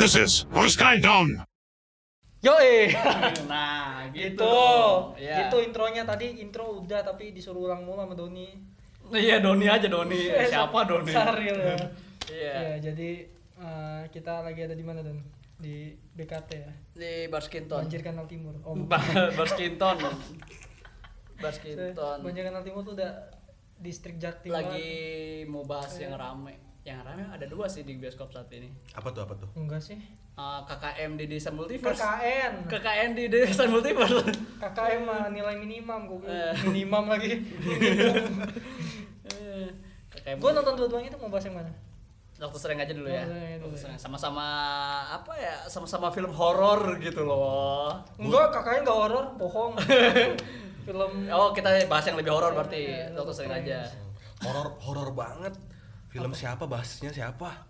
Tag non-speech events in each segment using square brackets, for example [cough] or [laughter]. This is Sky Down. Yoi. Nah, itu. gitu. dong. Gitu. Iya. Itu intronya tadi intro udah tapi disuruh ulang mulu sama Doni. Iya, Doni aja [laughs] Doni. Siapa Doni? Saril. ya. Iya. Iya, jadi eh, kita lagi ada di mana Don? Di BKT ya. di Barskinton Banjir Kanal Timur. Oh. Ba- Baskinton. Barskinton Banjir Kanal Timur tuh udah distrik Jaktim Lagi mau bahas yang rame. Yang rame ada dua sih di bioskop saat ini. Apa tuh apa tuh? banget. Enggak sih. Ah, KKM di Desa Multiverse. KKN. KKM di Desa Multiverse. KKM mah nilai minimum gue Eh. minimum [laughs] lagi. Eh, KKM. gue nonton dua-duanya itu mau bahas yang mana? Dokter sering aja dulu ya. Dokter Strange aja dulu Dokter ya. Strange. Sama-sama apa ya? Sama-sama film horor gitu loh. Enggak, KKN gak horor, [laughs] bohong. Film Oh, kita bahas yang lebih horor berarti. Iya, Dokter sering Strange. aja. Horor horor banget. Film siapa bahasnya siapa?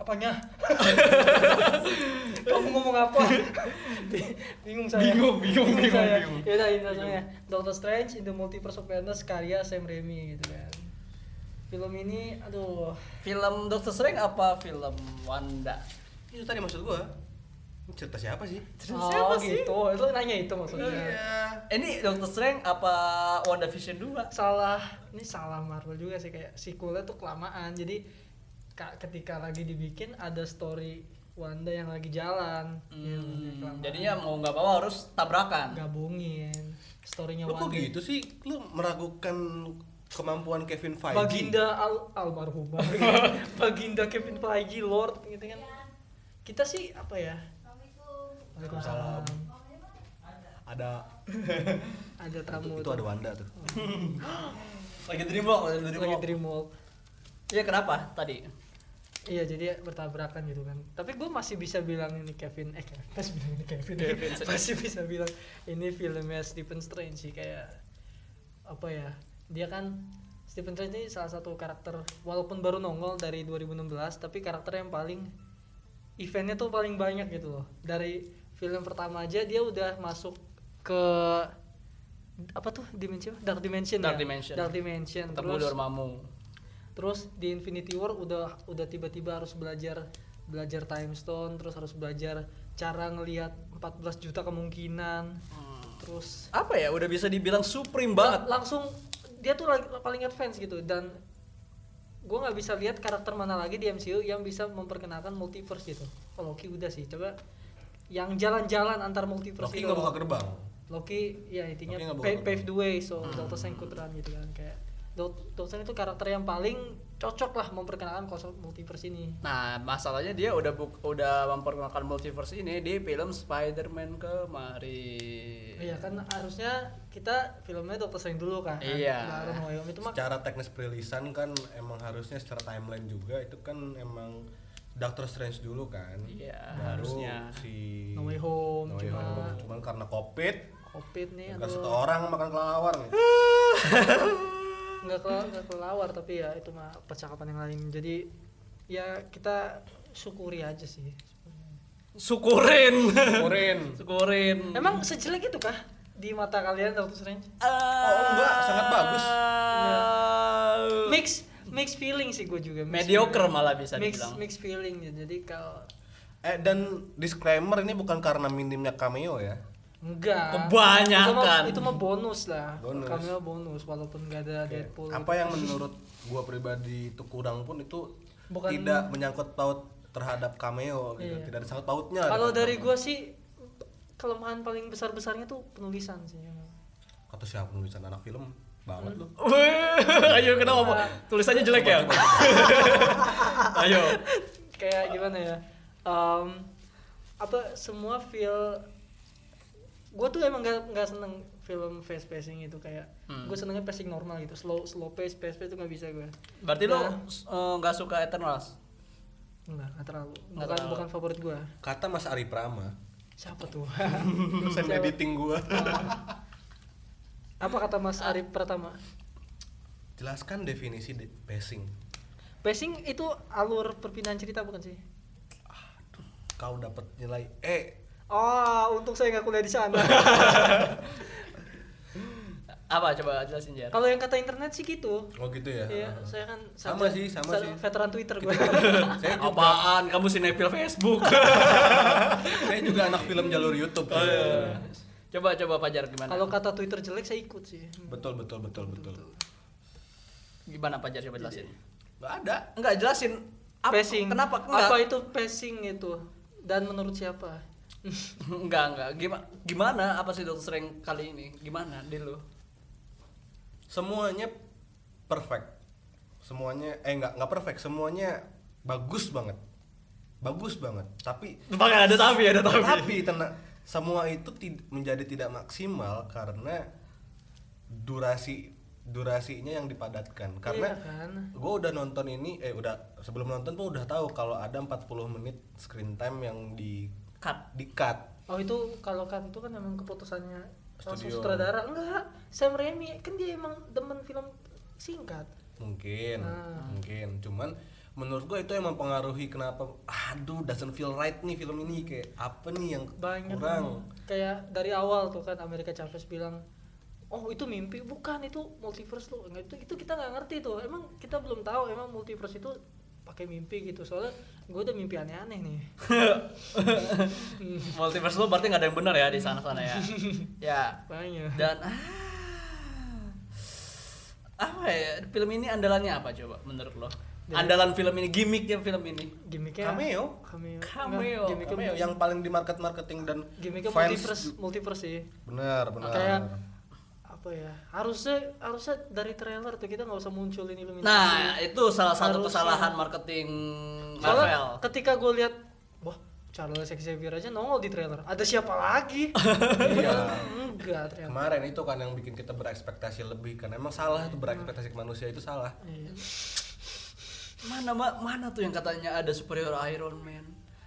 apanya? [laughs] Kamu ngomong [laughs] apa? bingung saya. Bingung, bingung, bingung, saya. bingung. Ya udah intinya Doctor Strange in the Multiverse of Madness karya Sam Raimi gitu kan. Film ini aduh, Film Dokter Strange apa film Wanda? Itu tadi maksud gua. Ini Cerita siapa sih? oh, siapa sih? gitu. Itu nanya itu maksudnya. Iya. Ini Dokter Strange apa Wanda Vision 2? Salah, ini salah Marvel juga sih kayak sequelnya tuh kelamaan. Jadi ka- ketika lagi dibikin ada story Wanda yang lagi jalan. Ya, makanya Hmm, kelamaan. jadinya mau nggak mau harus tabrakan. gabungin storynya Lu Wanda. kok gitu sih? Lu meragukan kemampuan Kevin Feige. Baginda al [laughs] almarhumah Baginda Kevin Feige Lord gitu kan kita sih apa ya Waalaikumsalam. Ada ada tamu itu, itu ada Wanda tuh. Lagi dreamwalk, lagi lagi dreamwalk. Dreamwalk Iya kenapa tadi? iya jadi bertabrakan gitu kan tapi gue masih bisa bilang ini Kevin eh Kevin [laughs] masih bilang ini Kevin, Kevin. masih bisa bilang ini filmnya Stephen Strange sih kayak apa ya dia kan Stephen Strange ini salah satu karakter walaupun baru nongol dari 2016 tapi karakter yang paling eventnya tuh paling banyak gitu loh dari film pertama aja dia udah masuk ke apa tuh dimensi apa? dark dimension Dark ya? Dimension. dark dimension Ketemu Dormammu. terus di Infinity War udah udah tiba-tiba harus belajar belajar time stone terus harus belajar cara ngelihat 14 juta kemungkinan terus Apa ya? Udah bisa dibilang la- supreme banget. langsung dia tuh lagi- paling advance gitu dan gue nggak bisa lihat karakter mana lagi di MCU yang bisa memperkenalkan multiverse gitu oh, Loki udah sih coba yang jalan-jalan antar multiverse Loki itu nggak buka gerbang. Loki ya intinya Loki nggak pa- bakal pave the way so Hmm. Doctor Strange could run gitu kan kayak Doc- Doctor Strange itu karakter yang paling cocok lah memperkenalkan konsep multiverse ini Nah, masalahnya dia udah buk, udah memperkenalkan multiverse ini di film Spider-Man kemarin. iya kan harusnya kita filmnya Doctor Strange dulu kan Iya. baru Noyom itu mah Secara teknis perilisan kan emang harusnya secara timeline juga itu kan emang Doctor Strange dulu kan. Iya, Baru harusnya. si No Way Home, No Way cuma- Home. cuman karena Covid covid nih Gak satu aduh orang makan kelawar nih. nggak kelar nggak kelawar tapi ya itu mah percakapan yang lain jadi ya kita syukuri aja sih Hmm. Syukurin. [laughs] Korin. Syukurin. emang sejelek itu kah di mata kalian Doctor Strange Oh, enggak, sangat bagus. Iya. Mix mix mix feeling sih gue juga mix mediocre feeling. malah bisa mix dibilang. mix feeling ya. jadi kalau Eh dan disclaimer ini bukan karena minimnya cameo ya. enggak Kebanyakan. itu mah, itu mah bonus lah Bonus. cameo bonus walaupun nggak ada Kayak Deadpool Apa yang menurut gua pribadi itu kurang pun itu Bukan- tidak menyangkut paut terhadap cameo gitu. Iya. Tidak ada sangkut pautnya. gitu. kalau dengan dari cameo. gua sih kelemahan paling besar besarnya tuh penulisan sih emang. kata siapa penulisan anak film banget Hmm. lu. Wih, Ayo kenapa? Tulisannya jelek ya? Ayo. kayak gimana ya Em, apa semua feel gue tuh emang gak, nggak seneng film fast pacing itu kayak Hmm. gue senengnya pacing normal gitu slow slow pace fast pace itu nggak bisa gue Berarti lo Nah. eh, nggak suka Eternals? Enggak, enggak terlalu. Nggak bukan, terlalu. bukan favorit gua. Kata Mas Ari [laughs] Prama. Siapa tuh? Dosen Siapa? editing gua. Apa kata Ah. Mas Arif pertama? Jelaskan definisi de- pacing. Pacing itu alur perpindahan cerita bukan sih? Kau dapat nilai E. Ah, [laughs] Oh, untung saya nggak kuliah di sana. Apa coba jelasin Jar? Kalau yang kata internet sih gitu. Oh gitu ya. Iya, Heeh. saya kan Sama satu- sih, sama satu sih. Gitu. Veteran Twitter gue. [laughs] saya juga, Eh, Apaan? Kamu sinetron Facebook. saya juga anak film jalur [laughs] YouTube. Oh, iya. coba coba Pajar gimana? Kalau kata Twitter jelek saya ikut sih. Betul betul betul betul. gimana Pajar coba jelasin? Gak ada. Enggak jelasin apa Pacing. kenapa Apa enggak? itu pacing itu? Dan menurut siapa? [laughs] enggak enggak gimana gimana apa sih dokter sering kali ini? Gimana di lu? Semuanya perfect. Semuanya eh nggak nggak perfect. Semuanya bagus banget. Bagus banget. Tapi Bang ada tapi ada tapi tenang semua itu tid- menjadi tidak maksimal karena durasi durasinya yang dipadatkan karena Iya kan? gue udah nonton ini eh udah sebelum nonton tuh udah tahu kalau ada 40 menit screen time yang di Cut. di cut Oh itu kalau kan itu kan emang keputusannya langsung Studio. sutradara. Enggak, Sam Raimi kan dia emang demen film singkat. mungkin Ah. mungkin cuman menurut gue itu yang mempengaruhi kenapa aduh doesn't feel right nih film ini kayak apa nih yang Banyak kurang kayak dari awal tuh kan Amerika Chavez bilang Oh itu mimpi bukan itu multiverse lo Nggak, itu itu kita nggak ngerti tuh emang kita belum tahu emang multiverse itu pakai mimpi gitu soalnya gue udah mimpi aneh-aneh [laughs] nih Multiverse lu berarti enggak ada yang benar ya di sana-sana [laughs] ya. ya. banyak Dan ah, apa ya? Film ini andalannya apa coba menurut lo? Andalan film ini, gimmicknya film ini. gimmicknya cameo cameo Nggak, Cameo. gimmicknya cameo yang paling di market marketing dan gimmicknya fans multiverse multiverse sih benar benar kayak apa ya harusnya harusnya dari trailer tuh kita nggak usah munculin Illuminati Nah, itu salah satu Harusnya. kesalahan marketing Soalnya Marvel. ketika gue lihat wah Charles Xavier aja nongol di trailer ada siapa [laughs] lagi Iya. enggak ternyata kemarin itu kan yang bikin kita berekspektasi lebih kan emang salah tuh berekspektasi ke manusia itu salah Iya. Mana Ma- mana tuh yang katanya ada superior Iron Man,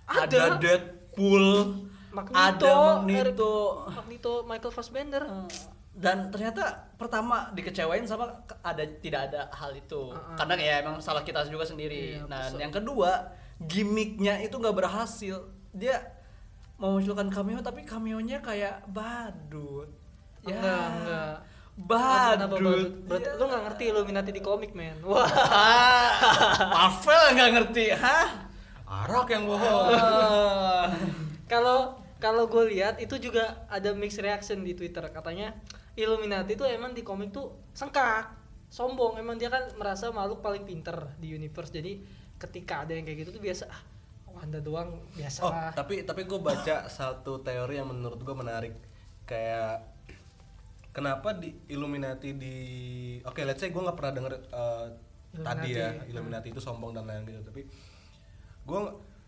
Ada. ada, Deadpool, Magneto, ada Magneto. Eric- Magneto Michael Fassbender Oh. Dan ternyata pertama dikecewain sama ke- ada tidak ada hal itu. Karena ya emang salah kita juga Ah, sendiri. Iya, nah, betul. yang kedua, gimmicknya itu nggak berhasil. Dia memunculkan cameo tapi cameo-nya kayak badut. Ya. Enggak, enggak. Kenapa Badut. Berarti Ya. lu nggak ngerti Illuminati di komik [laughs] men wah Ah, [laughs] Marvel nggak ngerti, hah? Arak yang bohong Eh. Ah. kalau kalau gue lihat itu juga ada mixed reaction di Twitter katanya Illuminati itu emang di komik tuh sengkak sombong emang dia kan merasa makhluk paling pinter di universe jadi ketika ada yang kayak gitu tuh biasa ah Wanda doang biasa oh lah." tapi tapi gue baca satu teori yang menurut gue menarik kayak kenapa di Illuminati di oke let's say gue nggak pernah denger eh, tadi ya Illuminati. Illuminati itu sombong dan lain gitu tapi gue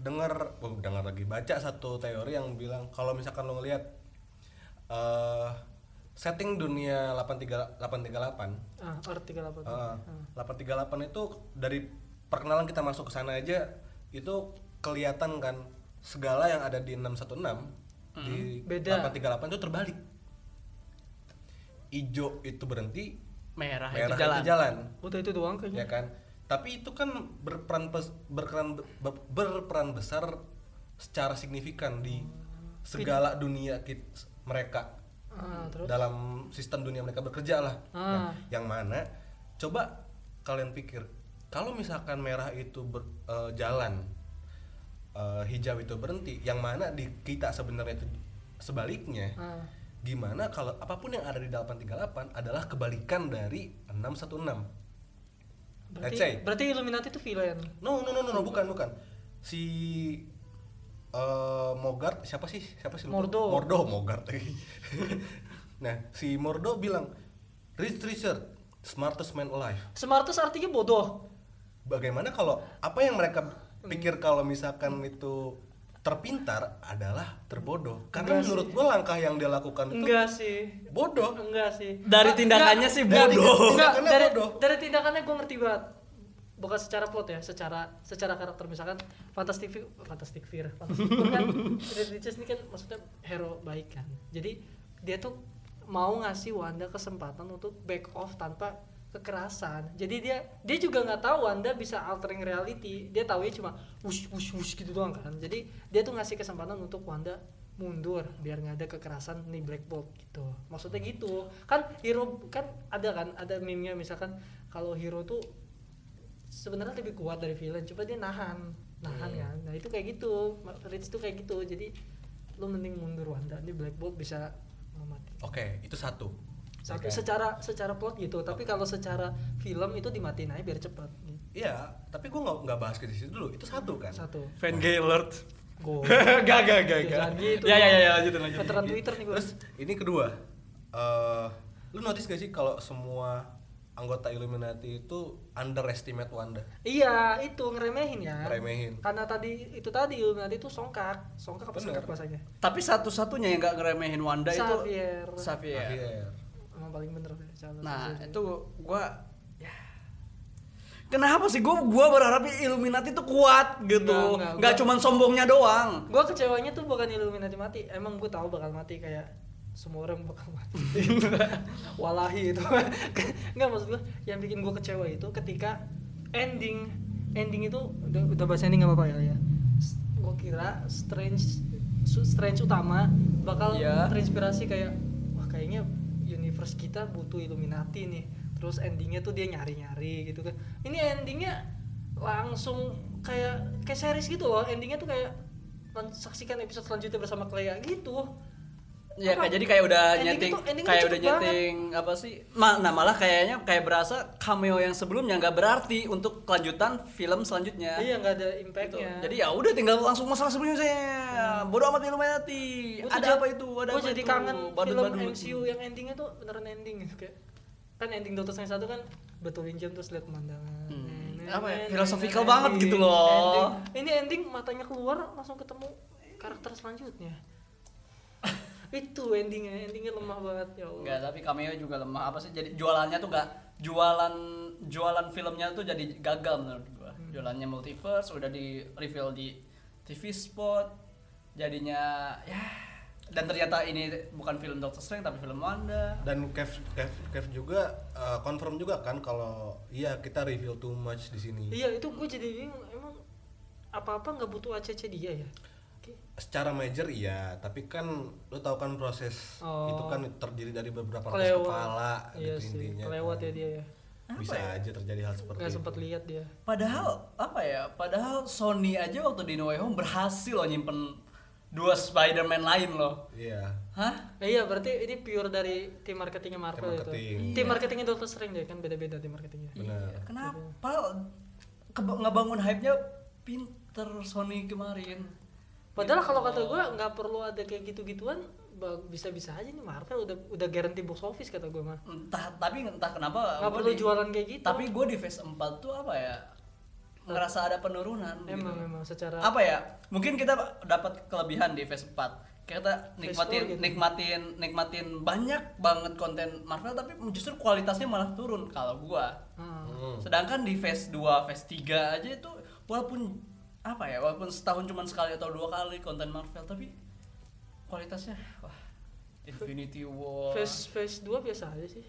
denger oh, denger lagi baca satu teori yang bilang kalau misalkan lo ngelihat eh, setting dunia 83 838 ah Earth 38 Heeh. Ah. 838 itu dari perkenalan kita masuk ke sana aja itu kelihatan kan segala yang ada di 616 di Beda. 838 itu terbalik. Ijo itu berhenti, Merah, merah itu jalan. itu jalan, udah itu doang kayaknya ya kan? Tapi itu kan berperan pes- berperan ber- berperan besar secara signifikan di segala dunia kit- mereka ah, terus dalam sistem dunia mereka bekerja lah. Nah, Ah. yang mana? Coba kalian pikir, kalau misalkan merah itu ber- eh, jalan, eh, hijau itu berhenti, yang mana di kita sebenarnya itu sebaliknya? ah. Gimana kalau apapun yang ada di 838 adalah kebalikan dari 616? berarti Let's say. berarti Illuminati itu villain No, no, no, no, no, bukan, bukan. Si eh Mogart siapa sih? Siapa sih? lupa? Mordo. Mordo Mogart [laughs] lagi. nah, si Mordo bilang, "Rich Richard, smartest man alive." smartest artinya bodoh Bagaimana kalau apa yang mereka pikir kalau misalkan itu terpintar adalah terbodoh? Enggak Karena sih. menurut gua langkah yang dia lakukan itu enggak sih bodoh. enggak sih Dari tindakannya sih enggak, bodoh. Tindakannya dari, bodoh. dari tindakannya gue ngerti banget bukan secara plot ya secara secara karakter misalkan Fantastic Fi- Fantastic Fear Fantastic Four kan Reed Richards ini kan maksudnya hero baik kan jadi dia tuh mau ngasih Wanda kesempatan untuk back off tanpa kekerasan jadi dia dia juga nggak tahu Wanda bisa altering reality dia tahunya cuma wush wush wush gitu doang kan jadi dia tuh ngasih kesempatan untuk Wanda mundur biar nggak ada kekerasan nih Black Bolt gitu maksudnya gitu kan hero kan ada kan ada meme-nya misalkan kalau hero tuh sebenarnya lebih kuat dari villain coba dia nahan nahan Iya, kan nah itu kayak gitu Rich tuh kayak gitu jadi lu mending mundur Wanda ini Black Bolt bisa mematikan Oke, itu satu. satu Oke. secara secara plot gitu tapi kalau secara film itu dimatiin aja biar cepat gitu. Iya, tapi gua nggak nggak bahas ke situ dulu. Itu satu kan. satu Fan gay alert. go [laughs] [laughs] gak gak gak Ya, gak. jangan gitu. Ya ya ya ya, lanjutin lanjutin. veteran Twitter nih gue Terus ini kedua, eh lu notice gak sih kalau semua anggota Illuminati itu underestimate Wanda? iya itu ngeremehin ya Ngeremehin. karena tadi itu tadi nanti itu songkak songkak apa Bener. songkak bahasanya Tapi satu-satunya yang gak ngeremehin Wanda Xavier. itu Xavier. Akhir. emang paling bener Iya, deh, calon Nah, presiden. itu gua ya. Kenapa sih gua gua berharap Illuminati tuh kuat gitu. Nggak, nggak, Nggak gua- cuman sombongnya doang. gue kecewanya tuh bukan Illuminati mati emang gue tahu bakal mati kayak semua orang bakal mati walahi itu [laughs] nggak maksud gue yang bikin gue kecewa itu ketika ending ending itu udah, udah bahas ending nggak apa-apa ya, ya. gue kira strange Su- strange utama bakal Iya. terinspirasi kayak wah kayaknya universe kita butuh Illuminati nih terus endingnya tuh dia nyari-nyari gitu kan ini endingnya langsung kayak kayak series gitu loh endingnya tuh kayak "Lan- saksikan episode selanjutnya bersama Clea gitu Ya Apa? kayak jadi kayak udah Ending nyeting, tuh- ending tuh kayak cepet udah nyeting apa sih? Ma, nah malah kayaknya kayak berasa cameo yang sebelumnya nggak berarti untuk kelanjutan film selanjutnya. iya nggak ada Gitu. impactnya Jadi ya udah tinggal langsung masalah sebelumnya saya. Bodoh amat Illuminati. Ada apa itu? Ada gue apa jadi itu? kangen Badut-badut. film MCU yang endingnya tuh beneran ending gitu kayak kan ending Doctor Strange satu kan betulin jam terus lihat pemandangan Nah, Hmm. Nenen, Apa ya, nenen, philosophical nenen, banget nenen. gitu loh. Ending. nah, ini ending matanya keluar langsung ketemu karakter selanjutnya [laughs] itu endingnya endingnya lemah banget ya Allah Enggak, tapi cameo juga lemah. Apa sih? Jadi jualannya tuh enggak jualan jualan filmnya tuh jadi gagal menurut gua. Jualannya multiverse udah di reveal di TV spot jadinya ya dan ternyata ini bukan film Doctor Strange tapi film Wanda. Dan Kev, Kev, Kev juga eh, confirm juga kan kalau iya kita reveal too much di sini. iya itu gue jadi bingung emang apa apa nggak butuh ACC dia ya Oke. Secara major iya, tapi kan lu tahu kan proses Oh. itu kan terdiri dari beberapa ratus Kelewat. kepala iya gitu sih intinya. kelewat kan. ya dia ya Bisa aja terjadi hal seperti nggak itu. sempat lihat dia Padahal apa ya? Padahal Sony aja waktu di No Way Home berhasil loh nyimpen dua Spider-Man lain loh. Iya. Hah? Nah, iya berarti ini pure dari tim marketingnya Marvel Tim marketing. itu. Tim marketingnya Doctor Strange ya kan beda-beda tim marketingnya. Benar. Iya, Kenapa keba- ngebangun hype-nya pinter Sony kemarin? Padahal kalau kata gua nggak perlu ada kayak gitu-gituan ba- bisa-bisa aja nih Marvel udah udah guarantee box office kata gua mah. entah tapi entah kenapa Nggak gua perlu di- jualan kayak gitu. tapi gue di phase 4 tuh apa ya ngerasa ada penurunan emang gitu. emang secara apa ya mungkin kita dapat kelebihan di phase 4 kita nikmatin four gitu. nikmatin nikmatin banyak banget konten Marvel tapi justru kualitasnya malah turun kalau gua Ah. Hmm. sedangkan di phase 2 phase 3 aja itu walaupun apa ya walaupun setahun cuma sekali atau dua kali konten Marvel tapi kualitasnya wah Infinity War Phase phase 2 biasa aja sih.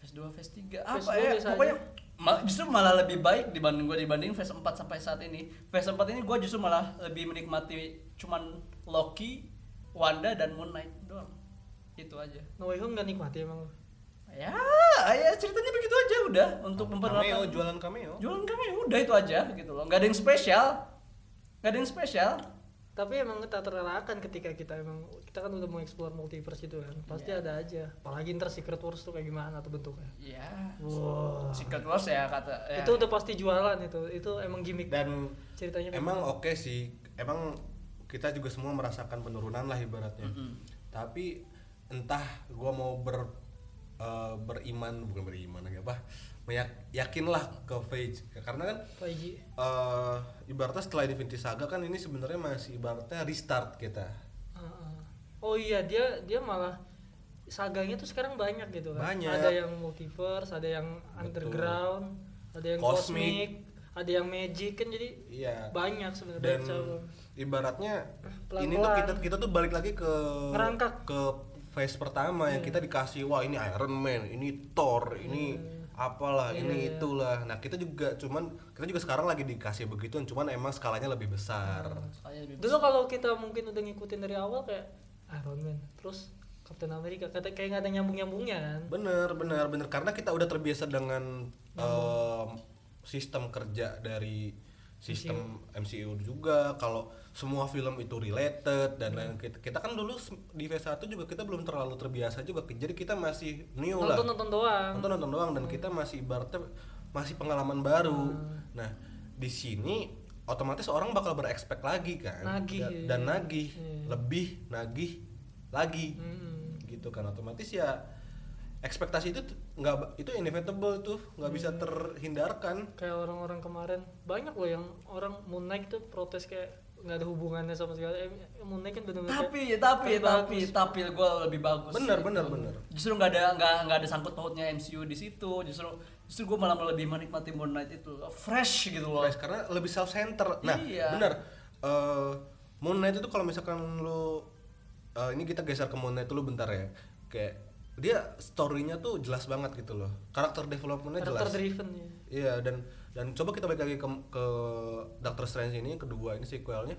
Phase 2, Phase Phase 3 dua apa ya? biasa Pokoknya aja. ma- justru malah lebih baik dibanding gue dibanding Phase 4 sampai saat ini. Phase 4 ini gue justru malah lebih menikmati cuman Loki, Wanda dan Moon Knight doang. Itu aja. No Way Home nggak nikmati emang. Ya, ya ceritanya begitu aja udah untuk Cameo, memperkenalkan jualan cameo. jualan kami udah itu aja gitu loh. Gak ada yang spesial. Gak ada yang spesial. Tapi emang kita terelakkan ketika kita emang kita kan udah mau explore multiverse gitu kan. Pasti Iya. ada aja. Apalagi ntar Secret Wars tuh kayak gimana atau bentuknya. Ya. Wow. Secret Wars ya kata ya. Itu udah pasti jualan itu. Itu emang gimmick Dan ceritanya. emang oke sih. Emang kita juga semua merasakan penurunan lah ibaratnya. Tapi entah gua mau ber eh, beriman bukan beriman lagi apa meyak, yakinlah ke Phage karena kan Paiji. eh, ibaratnya setelah Infinity Saga kan ini sebenarnya masih ibaratnya restart kita Heeh. Oh iya dia dia malah saganya tuh sekarang banyak gitu kan. Banyak. Ada yang multiverse, ada yang underground, ada yang Cosmic. cosmic, ada yang magic kan jadi iya banyak sebenarnya dan cabang. ibaratnya Pelan-pelan. ini tuh kita kita tuh balik lagi ke ya. Ngerangkak. Iya. ke phase pertama yang kita dikasih wah ini Iron Man ini Thor ini apalah Iya, ini iya. itulah nah kita juga cuman kita juga sekarang lagi dikasih begituan cuman emang skalanya lebih besar Soalnya lebih Dulu kalau kita mungkin udah ngikutin dari awal kayak Iron Man, terus Captain America, kata kayak nggak ada nyambung-nyambungnya kan. bener bener bener karena kita udah terbiasa dengan em, sistem kerja dari sistem MCU juga kalau semua film itu related Iya. dan lain kita, kita kan dulu se- di fase 1 juga kita belum terlalu terbiasa juga jadi kita masih new lah Nonton-nonton doang. Hmm. nonton nonton doang dan kita masih ibaratnya masih pengalaman baru. Hmm. Nah, di sini otomatis orang bakal berekspek lagi kan. Nagih, Da- iya. Dan, nagih, Iya. Hmm. lebih nagih lagi. Mm-mm. Gitu kan otomatis ya ekspektasi itu t- nggak ba- itu inevitable tuh, nggak Hmm. bisa terhindarkan. Kayak orang-orang kemarin banyak loh yang orang Moon Knight tuh protes kayak nggak ada hubungannya sama sekali. Eh, Moon Knight kan benar-benar tapi tapi tapi bagus. tapi gue lebih bagus Bener, sih. bener, bener. justru nggak ada nggak nggak ada sangkut pautnya MCU di situ justru justru gue malah lebih menikmati Moon Knight itu fresh gitu loh Guys, karena lebih self center. Nah, Iya. benar. Eh, Moon Knight itu kalau misalkan lu eh, ini kita geser ke Moon Knight dulu bentar ya. Kayak dia story-nya tuh jelas banget gitu loh. Karakter development-nya karakter jelas. driven ya. Iya dan dan coba kita balik lagi ke ke Doctor Strange ini kedua ini sequelnya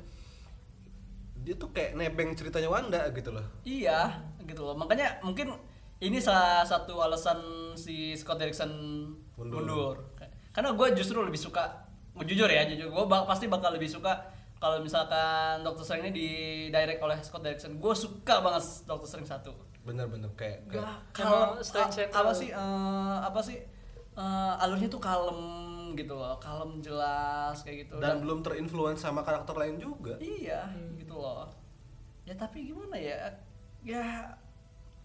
dia tuh kayak nebeng ceritanya Wanda gitu loh. Iya, gitu loh. Makanya mungkin ini salah satu alasan si Scott Derrickson Mundur. mundur. Karena gue justru lebih suka, jujur ya, jujur gue pasti bakal lebih suka kalau misalkan Doctor Strange ini di direct oleh Scott Derrickson. Gue suka banget Doctor Strange satu. Bener-bener kayak, kayak Gak Emang kalau Strange a- Central. apa sih eh, apa sih eh, alurnya tuh kalem gitu loh, kalem jelas kayak gitu. dan belum terinfluence sama karakter lain juga. iya Hmm. gitu loh. Ya tapi gimana ya? Ya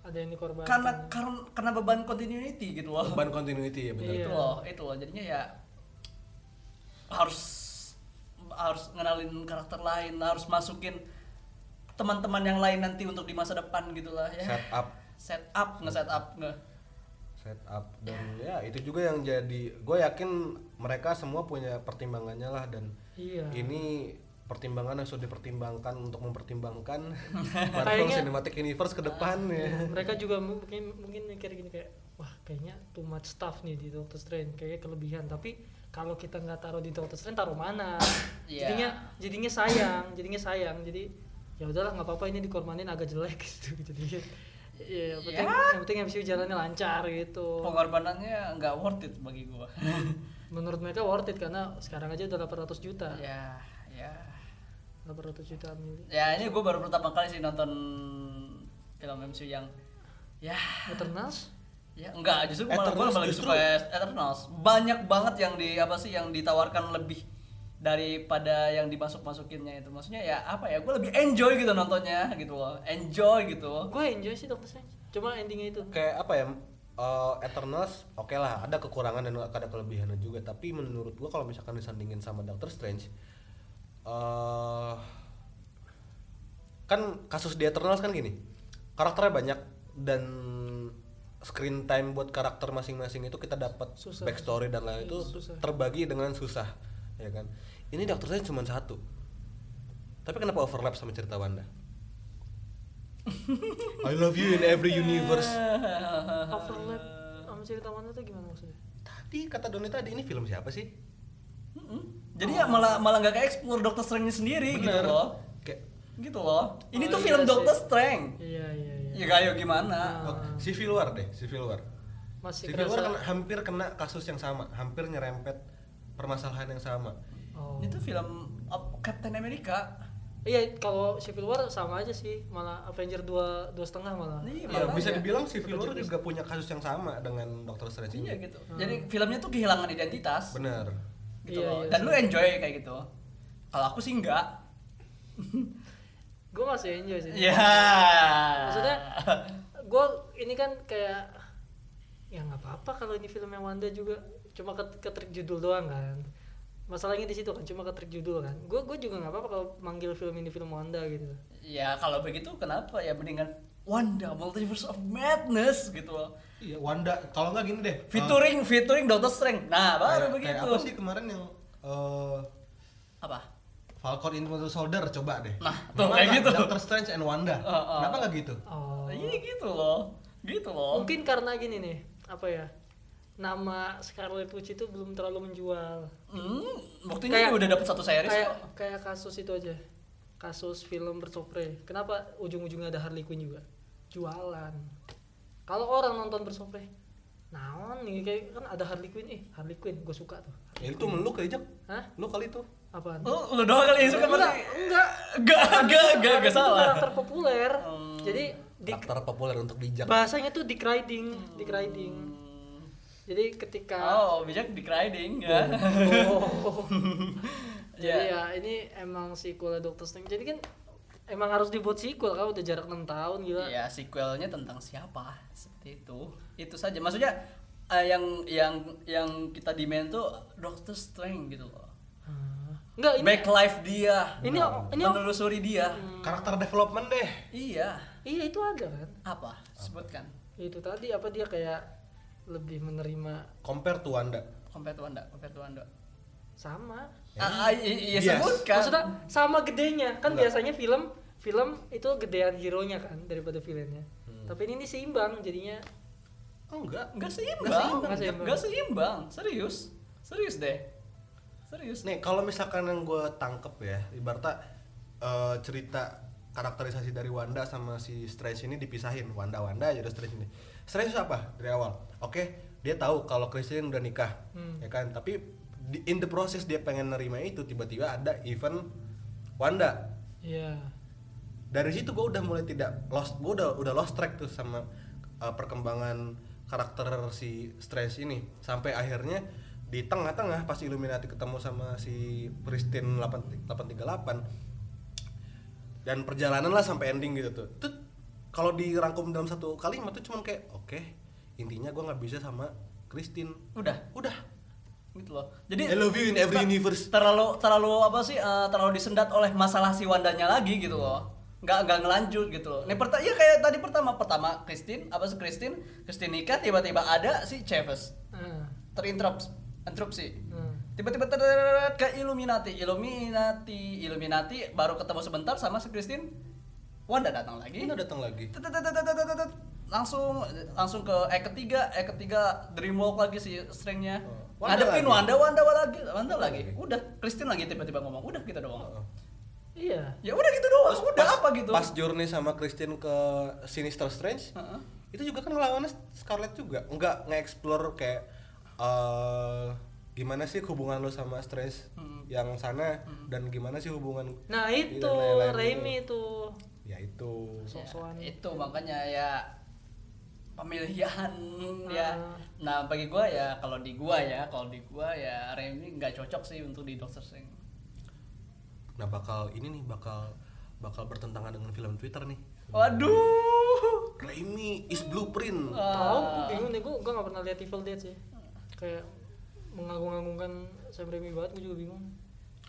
Ada yang dikorbankan. karena karena karena beban continuity gitu loh Beban continuity ya bener. Iya. itu loh itu loh jadinya ya harus harus ngenalin karakter lain harus masukin teman-teman yang lain nanti untuk di masa depan gitulah ya Set up set up nge set up nge set up dan ya itu juga yang jadi gue yakin mereka semua punya pertimbangannya lah dan Iya. ini pertimbangan yang sudah dipertimbangkan untuk [laughs] mempertimbangkan Marvel Kayaknya- Iya. Cinematic Universe ke depan ya. mereka juga mungkin mungkin mikir gini kayak wah kayaknya too much stuff nih di Doctor Strange kayaknya kelebihan tapi kalau kita nggak taruh di Doctor Strange taruh mana Iya. jadinya jadinya sayang jadinya sayang jadi ya udahlah nggak apa-apa ini dikorbanin agak jelek [laughs] gitu jadi ya yang penting yang penting MCU jalannya lancar Oh, gitu pengorbanannya nggak worth it bagi [laughs] gua menurut mereka worth it karena sekarang aja udah 800 juta ya ya 800 juta mili ya ini gua baru pertama kali sih nonton film MCU yang ya Eternals Ya enggak, justru gue Eternals malah lebih justru- suka Eternals. Banyak banget yang di apa sih yang ditawarkan lebih daripada yang dimasuk-masukinnya itu. Maksudnya ya apa ya? Gue lebih enjoy gitu nontonnya gitu loh. Enjoy gitu. gue enjoy sih Doctor Strange cuma endingnya itu kayak apa ya eh, Eternals oke lah ada kekurangan dan ada kelebihannya juga tapi menurut gua kalau misalkan disandingin sama Doctor Strange eh kan kasus di Eternals kan gini karakternya banyak dan screen time buat karakter masing-masing itu kita dapat Susah. backstory dan lain Iya, itu susah. terbagi dengan susah ya kan ini Doctor Strange cuma satu tapi kenapa overlap sama cerita [laughs] Wanda I love you in every universe overlap sama cerita mana tuh gimana maksudnya Tadi kata Doni tadi ini film siapa sih? Mm-mm. Jadi Oh. ya malah malah nggak ke explore Doctor Strange sendiri gitu loh. Kayak Gitu loh. Oh, Ini tuh iya film sih. Doctor Strange. iya iya iya Ah, Ya kayak gimana? oh, Civil War deh, Civil War. masih Civil War kerasa- kena- hampir kena kasus yang sama, hampir nyerempet permasalahan yang sama. oh. Ini tuh film uh, Captain America. iya kalau Civil War sama aja sih malah Avenger dua dua setengah malah Iya, Ya, makanya. bisa dibilang Civil War Betul juga. juga punya kasus yang sama dengan Doctor Strange Iya ini. gitu. Jadi filmnya tuh kehilangan identitas. Bener. gitu Iya, loh. iya, dan sih. lu enjoy kayak gitu kalau aku sih enggak gue masih enjoy sih ya Iya. maksudnya gue ini kan kayak ya nggak apa-apa kalau ini filmnya Wanda juga cuma ke, ke trik judul doang kan masalahnya di situ kan cuma ke trik judul kan gue gue juga nggak apa-apa kalau manggil film ini film Wanda gitu [laughs] ya kalau begitu kenapa ya mendingan Wanda Multiverse of Madness gitu loh Iya, Wanda. Kalau nggak gini deh. eh, featuring featuring Doctor Strange nah baru begitu apa sih kemarin yang eh, apa Falcon and Winter Soldier coba deh. Nah, tuh, Kenapa kayak nggak gitu. Doctor Strange and Wanda. Oh, oh. Kenapa nggak gitu? oh iya gitu loh gitu loh mungkin karena gini nih apa ya nama Scarlet Witch itu belum terlalu menjual Hmm, buktinya Kayak- dia udah dapat satu series kayak kok. kayak kasus itu aja kasus film bersopre kenapa ujung-ujungnya ada Harley Quinn juga jualan kalau orang nonton bersopre naon nih kayak kan ada Harley Quinn ih Harley Quinn gue suka tuh Ya, itu meluk aja. hah Lu kali itu. apaan Lu, lu doang kali yang suka enggak berarti. enggak Enggak, Oh, enggak, enggak, Harley enggak Quinn tuh salah. karakter populer Hmm. jadi di, Karakter populer untuk dijak. bahasanya tuh dick riding dick riding jadi ketika Oh, bijak di riding ya. [laughs] Oh. jadi Ya. ya ini emang sequel Doctor Strange jadi kan emang harus dibuat sequel kan udah jarak 6 tahun gila Ya, sequelnya tentang siapa? Seperti itu. Itu saja. Maksudnya eh, yang yang yang kita demand tuh Doctor Strange gitu loh. Enggak ini Back life dia. ini ini Hmm. menelusuri dia. Karakter development deh. Iya. iya itu ada kan. Apa? Sebutkan. Itu tadi apa dia kayak lebih menerima Compare to Wanda. Compare to Wanda, compare to Wanda. sama. Ah, ah, i- iya Yes. Eh? sebutkan. Maksudnya sama gedenya kan Kan- Enggak. biasanya film film itu gedean hero-nya kan daripada villainnya. Hmm. Tapi ini, ini seimbang jadinya Oh enggak. Nggak seimbang. Nggak seimbang. Nggak seimbang. Serius. Serius deh. Serius. Nih kalau misalkan yang gue tangkep ya, ibaratnya eh, cerita karakterisasi dari Wanda sama si Strange ini dipisahin. Wanda Wanda aja udah Strange ini. Strange apa dari awal? Oke, dia tahu kalau Christian udah nikah, ya kan? Tapi di- in the process dia pengen nerima itu tiba-tiba ada event Wanda iya. dari situ gue udah mulai tidak lost gue udah udah lost track tuh sama uh, perkembangan karakter si Strange ini sampai akhirnya di tengah-tengah pas Illuminati ketemu sama si Pristine 8 838 dan perjalanan lah sampai ending gitu tuh itu kalau dirangkum dalam satu kalimat tuh cuman kayak oke intinya gue nggak bisa sama Christine Udah. udah Gitu loh. Jadi I love you in every ter- universe. Terlalu terlalu apa sih? eh, terlalu disendat oleh masalah si Wandanya lagi gitu loh. Nggak nggak ngelanjut gitu loh. Nih pertama ya kayak tadi pertama pertama Christine apa sih Christine? Christine nikah tiba-tiba ada si Chavez Ah, terinterupsi. Interupsi. ah. tiba-tiba tereret ke Illuminati Illuminati Illuminati baru ketemu sebentar sama si Christine Wanda datang lagi ini datang lagi Tetetetetetetetet. langsung langsung ke E ketiga E ketiga Dreamwalk lagi si stringnya Oh, Wanda ngadepin lagi. Wanda Wanda Wanda lagi Wanda lagi lagi. Oh, udah Christine lagi tiba-tiba ngomong udah kita doang Iya. ya udah gitu doang udah Pas- apa gitu pas journey sama Christine ke Sinister Strange Heeh. itu juga kan ngelawannya Scarlet juga nggak nge-explore kayak eh gimana sih hubungan lo sama Strange Hmm. yang sana dan gimana sih hubungan Nah, Iya, itu lain-lain Raimi itu. ya itu Ya, sok-sokan. itu makanya ya pemilihan ya Ah. nah bagi gua ya kalau di gua ya kalau di gua ya Remy nggak cocok sih untuk di Doctor Strange nah bakal ini nih bakal bakal bertentangan dengan film Twitter nih waduh Raimi is Tahu blueprint Ah. gue bingung deh gue gue gak pernah lihat Evil Dead sih. Kayak mengagung-agungkan Sam Raimi banget gue juga bingung.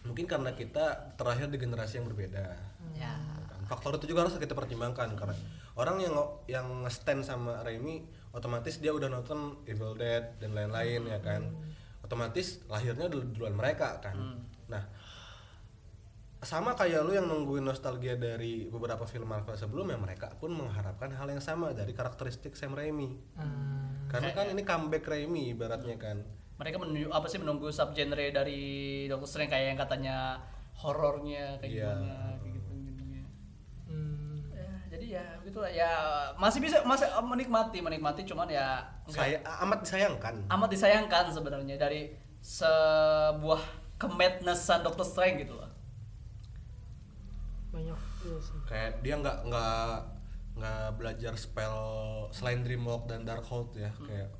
mungkin karena kita terakhir di generasi yang berbeda ya Kan. Faktor itu juga harus kita pertimbangkan karena orang yang yang stand sama Raimi otomatis dia udah nonton Evil Dead dan lain-lain ya kan. Otomatis lahirnya dulu duluan mereka kan. Nah, sama kayak lu yang nungguin nostalgia dari beberapa film Marvel sebelumnya mereka pun mengharapkan hal yang sama dari karakteristik Sam Raimi. Ah. Karena kan ini comeback Raimi ibaratnya kan. mereka menunggu apa sih menunggu subgenre dari Doctor Strange kayak yang katanya horornya kayak Iya. gimana kayak gitu gitunya. Hmm. ya, jadi ya gitulah ya masih bisa masih eh, menikmati menikmati cuman ya nggak- Saya amat disayangkan. amat disayangkan sebenarnya dari sebuah kemadnessan Doctor Strange gitu loh. banyak iya sih. kayak dia nggak nggak nggak belajar spell selain Dreamwalk dan Darkhold ya kayak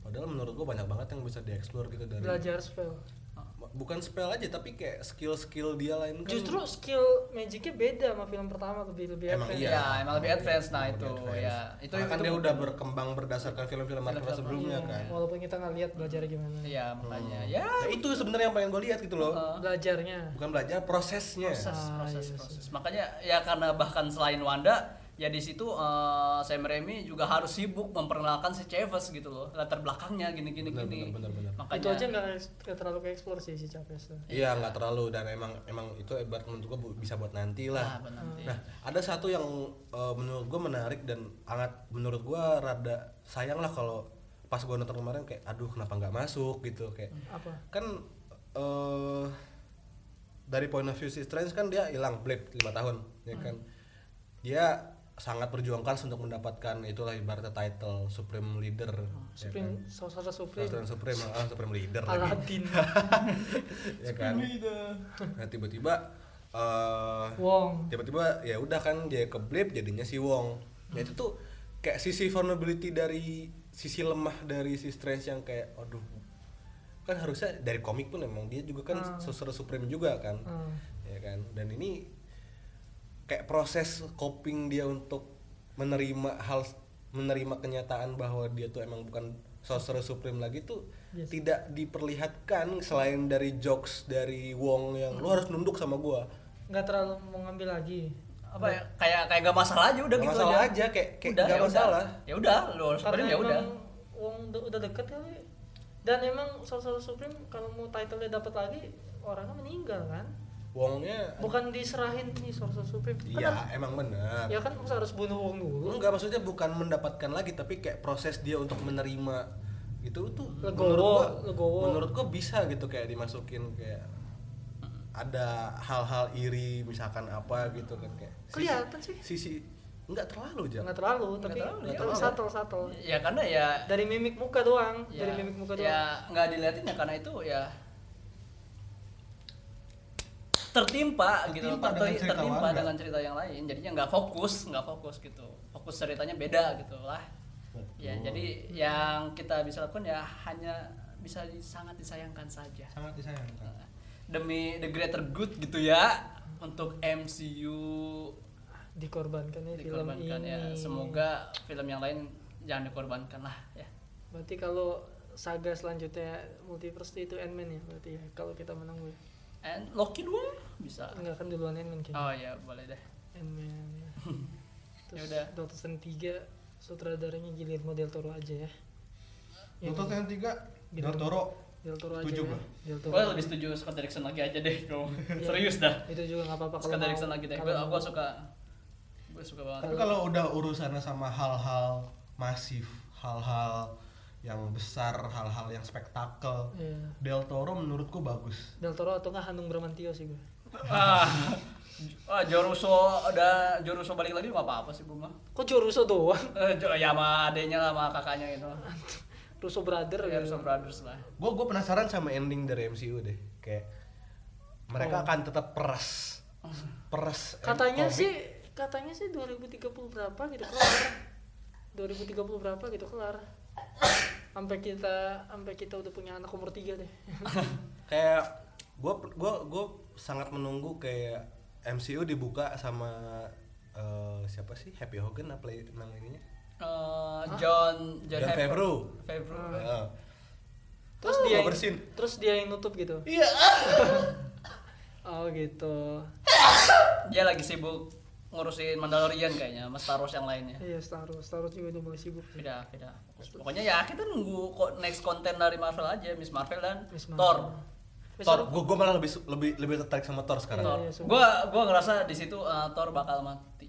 padahal menurut gua banyak banget yang bisa dieksplor gitu dari belajar spell Ma- bukan spell aja tapi kayak skill-skill dia lain kan justru skill magicnya beda sama film pertama lebih lebih Emang advance. Iya. Ya, emang lebih advance nah itu ya. Itu itu kan itu- dia udah berkembang berdasarkan film-film Marvel Film-film sebelumnya Iya, kan walaupun kita nggak lihat belajarnya gimana Iya, makanya ya. nah, itu sebenarnya yang pengen gue lihat gitu loh Heeh. belajarnya bukan belajar prosesnya proses Ah, proses iya sih. proses. Makanya ya karena bahkan selain Wanda ya di situ eh, Sam Raimi juga harus sibuk memperkenalkan si Chavez gitu loh latar belakangnya gini gini Benar, gini benar, benar, benar. makanya itu aja nggak nggak terlalu ke explore sih si Chavez tuh. iya nggak terlalu dan emang emang itu ibarat menurut gue bisa buat nanti lah nah, benar, Ah. Nah, ada satu yang eh, menurut gue menarik dan sangat menurut gue rada sayang lah kalau pas gua nonton kemarin kayak aduh kenapa nggak masuk gitu kayak Hmm, apa kan eh dari point of view si Strange kan dia hilang blip lima tahun ya Hmm. kan dia sangat berjuangkan untuk mendapatkan itulah ibaratnya title supreme leader ya kan? Hmm, Supreme saudara Supreme Australian Supreme, ah, Supreme Leader lagi, Aladdin ya kan. Nah tiba-tiba, eh, Wong tiba-tiba ya udah kan dia keblip jadinya si Wong. Hmm. Nah itu tuh kayak sisi vulnerability dari sisi lemah dari si Strange yang kayak, aduh, kan harusnya dari komik pun emang dia juga kan Hmm. Sorcerer Supreme juga kan, Hmm. ya kan. Dan ini kayak proses coping dia untuk menerima hal menerima kenyataan bahwa dia tuh emang bukan sorcerer supreme lagi tuh Yes. tidak diperlihatkan selain dari jokes dari Wong yang lu harus nunduk sama gua. nggak terlalu mau ngambil lagi apa ya kayak kayak gak masalah aja udah Nggak gitu masalah aja, aja, kayak- kayak udah, ya nggak udah. masalah. ya udah lu harus karena ya udah emang Wong udah, udah deket kali dan emang saudara Supreme kalau mau title-nya dapat lagi orangnya meninggal kan Wongnya bukan diserahin nih saudara Supreme iya Kan- emang bener. ya kan masa harus bunuh Wong dulu Enggak maksudnya bukan mendapatkan lagi tapi kayak proses dia untuk menerima itu tuh Legowo, menurut gua legowo. menurut gua bisa gitu kayak dimasukin kayak ada hal-hal iri misalkan apa gitu kan kayak sisi- Kelihatan sih. sisi enggak terlalu jam nggak terlalu Nggak tapi terlalu, nggak tapi terlalu. satel satel ya karena ya dari mimik muka doang ya, dari mimik muka ya doang nggak diliatin ya karena itu ya tertimpa, gitu Tertimpa atau dengan cerita tertimpa warga. dengan cerita yang lain jadinya nggak fokus nggak fokus gitu fokus ceritanya beda gitu lah Oh. ya jadi yang kita bisa lakukan ya hanya bisa di- sangat disayangkan saja sangat disayangkan demi the greater good gitu ya untuk MCU dikorbankan ya film ini dikorbankan ya semoga film yang lain jangan dikorbankan lah ya berarti kalau saga selanjutnya multiverse itu Ant-Man ya berarti ya kalau kita menunggu ya and Loki 2 bisa enggak kan duluan Ant-Man kayaknya oh ya boleh deh [laughs] Ant-Man ya. terus Yaudah. Doctor Strange 3 sutradaranya Guillermo del Toro aja ya Yang Dota yang tiga Gitu. Dotoro del Toro aja setuju ya. gua. del Toro gue lebih setuju Scott Derrickson lagi aja deh kamu Iya. [laughs] serius dah itu juga nggak apa-apa Scott mau- Derrickson lagi deh gue kalau gue mau- suka gue suka banget tapi kalau udah urusannya sama hal-hal masif hal-hal yang besar hal-hal yang spektakel Iya. Del Toro menurutku bagus Del Toro atau nggak Hanung Bramantio sih gue ah ah, Joruso ada Joruso balik lagi nggak apa-apa sih bu mah kok Jo Russo doang [laughs] Eh, Jo- ya sama adenya lah sama kakaknya itu Russo Brother ya ya Russo Brothers lah gua gua penasaran sama ending dari MCU deh kayak mereka akan tetap peras peras eh, Oh. katanya komik. sih katanya sih 2030 berapa gitu kelar 2030 berapa gitu kelar sampai kita sampai kita udah punya anak umur 3 deh kayak gue gua gua sangat menunggu kayak MCU dibuka sama eh, siapa sih Happy Hogan apa play nama ininya Eh, John John Favreau Favreau. Heeh. terus Oh, dia nggak bersin. terus dia yang nutup gitu iya [laughs] oh gitu dia lagi sibuk ngurusin Mandalorian kayaknya sama Star Wars yang lainnya iya Star Wars Star Wars juga udah mulai sibuk sih. beda beda Fokus. pokoknya ya kita nunggu ko- next konten dari Marvel aja Miss Marvel dan Miss Marvel. Thor Miss Thor Marvel- gue gua malah lebih su- lebih lebih tertarik sama Iya, Thor sekarang iya, Thor semua. gua gua ngerasa di situ uh, Thor bakal mati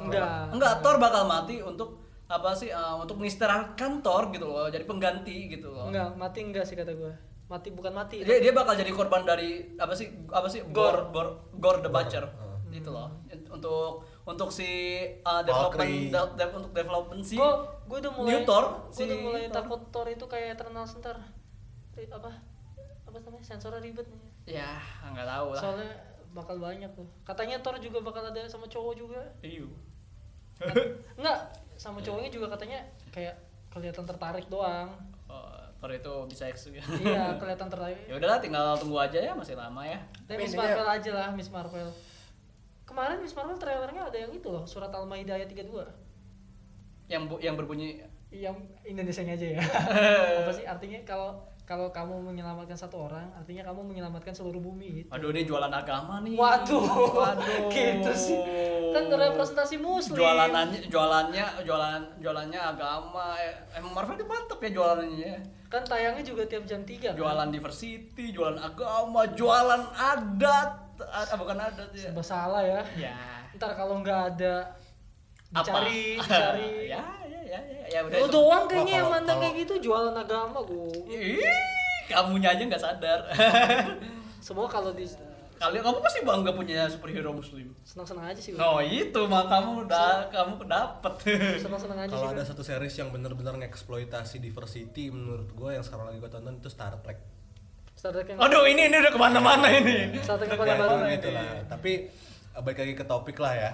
enggak enggak Thor bakal mati untuk apa sih uh, untuk mengistirahatkan Thor gitu loh jadi pengganti gitu loh enggak mati enggak sih kata gue mati bukan mati dia dia bakal jadi korban dari apa sih apa sih Gore Gore, Gore the Butcher gitu loh untuk untuk si uh, development Valkyrie. de- de- untuk development si gue gue udah mulai New Thor gue si udah mulai Thor. takut Thor itu kayak Eternal Center Ri- apa apa namanya sensornya ribet nih ya nggak tahu lah soalnya bakal banyak tuh katanya Thor juga bakal ada sama cowok [laughs] juga Iu. enggak sama cowoknya juga katanya kayak kelihatan tertarik doang Oh, Thor itu bisa X juga iya kelihatan tertarik [laughs] ya udahlah tinggal tunggu aja ya masih lama ya Tapi Miss Intinya- Marvel aja lah, Miss Marvel. Kemarin Miss Marvel trailernya ada yang itu loh, surat Al-Maidah ayat 32. yang bu- yang berbunyi Yang Indonesia aja ya. Iya, [laughs] Apa sih artinya kalau kalau kamu menyelamatkan satu orang, artinya kamu menyelamatkan seluruh bumi. gitu. waduh ini jualan agama nih Waduh. waduh [laughs] gitu sih. Kan representasi muslim. jualanannya jualannya jualan jualannya agama Eh, emang Marvel dia mantep ya jualannya Kan tayangnya juga tiap jam kan? 3. jualan diversity jualan agama jualan adat ah, bukan adat ya Serba salah ya. ya Ntar kalau nggak ada apa [laughs] dicari, dicari. [laughs] ya ya ya ya ya udah Lu itu. doang kayaknya Wah, yang kalau- mandang kalau- kayak gitu jualan agama gue. Ih, kamunya aja nggak sadar [laughs] Semua kalau di kalian kamu pasti bangga punya superhero muslim senang-senang aja sih. gua. no itu mah kamu udah kamu dapet [laughs] Senang-senang aja Kalau sih. ada gua. satu series yang benar-benar ngeksploitasi diversity menurut gue yang sekarang lagi gue tonton itu Star Trek. Star Trek yang aduh ini ini udah kemana-mana ini Star Trek yang paling Ya, baru. itu- gitu lah. Tapi eh, balik lagi ke topik lah ya.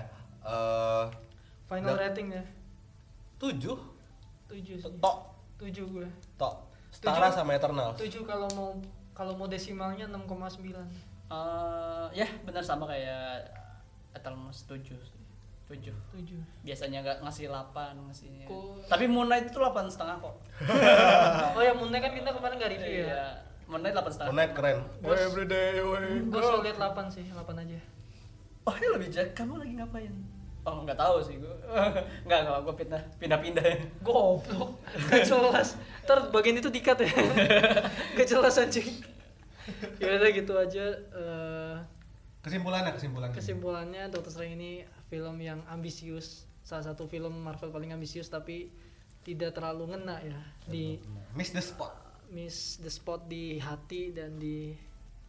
Eh Final Nah. ratingnya tujuh, 7 sih. tok, 7 gue. tok, setara Tujuh. sama Eternal. 7 kalau mau kalau mau desimalnya 6,9. Eh, ya benar sama kayak eh, Eternals 7 7 7. biasanya nggak ngasih 8 ngasihnya Kok- tapi Moon Knight itu 8 setengah kok Oh ya Moon Knight kan kita kemarin nggak review ya. iya Moon Knight 8 setengah Moon Knight keren. Gua- day Gue selalu liat 8 sih, 8 aja. oh ya lebih jahat kamu lagi ngapain oh nggak tahu sih gue [laughs] nggak nggak gue pindah pindah pindah ya [laughs] Goblok, gak jelas. Ntar bagian itu dikat ya. gak jelas anjing. Ya udah gitu aja. eh, Kesimpulannya, kesimpulannya. kesimpulannya Doctor Strange ini film yang ambisius, salah satu film Marvel paling ambisius tapi tidak terlalu ngena ya di Miss the spot. miss the spot di hati dan di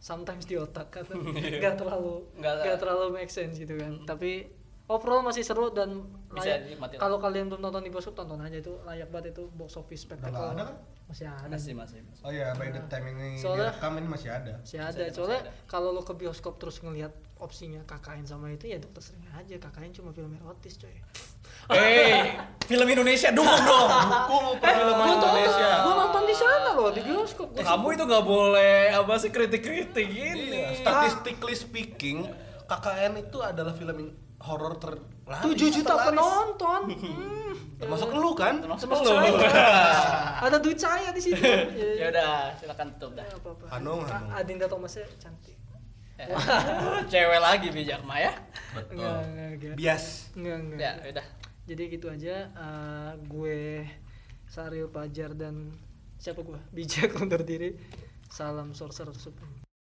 sometimes di otak [laughs] karena nggak terlalu Iya. Nggak- nggak terlalu make sense gitu kan tapi overall masih seru dan Bisa layak- dinikmati lah. kalau kalian belum nonton di bioskop tonton aja itu layak banget itu box office Udah spectacle nggak ada kan? masih ada masih masih masih. Oh iya, by the time ini Soalnya- direkam ini masih ada. masih Masih ada ada, masih soalnya ada. kalau lo ke bioskop terus ngelihat opsinya KKN sama itu ya dokter sering aja KKN cuma film erotis coy Hey, film Indonesia dukung dong. [laughs] Dukung eh gue perfilman nonton Indonesia. gue nonton di sana loh di bioskop Kamu itu nggak boleh apa sih kritik-kritik gini. Iya, Statistically speaking, KKN itu adalah film in- horor terlaris. 7 juta terlaris. [laughs] penonton Hmm. Termasuk lu kan? Termasuk Termasuk lu. saya. ada duit saya di situ. [laughs] ya udah, silakan tutup dah. apa-apa. Hanung, A- Hanung. Adinda Thomasnya [laughs] cantik. Eh, Cewek lagi bijak Maya. Oh. Enggak, enggak, enggak. Bias. Enggak, enggak. Ya, udah. Jadi gitu aja eh, gue [laughs] Saril Pajar dan siapa gue? Bijak undur diri. Salam sorcerer supreme.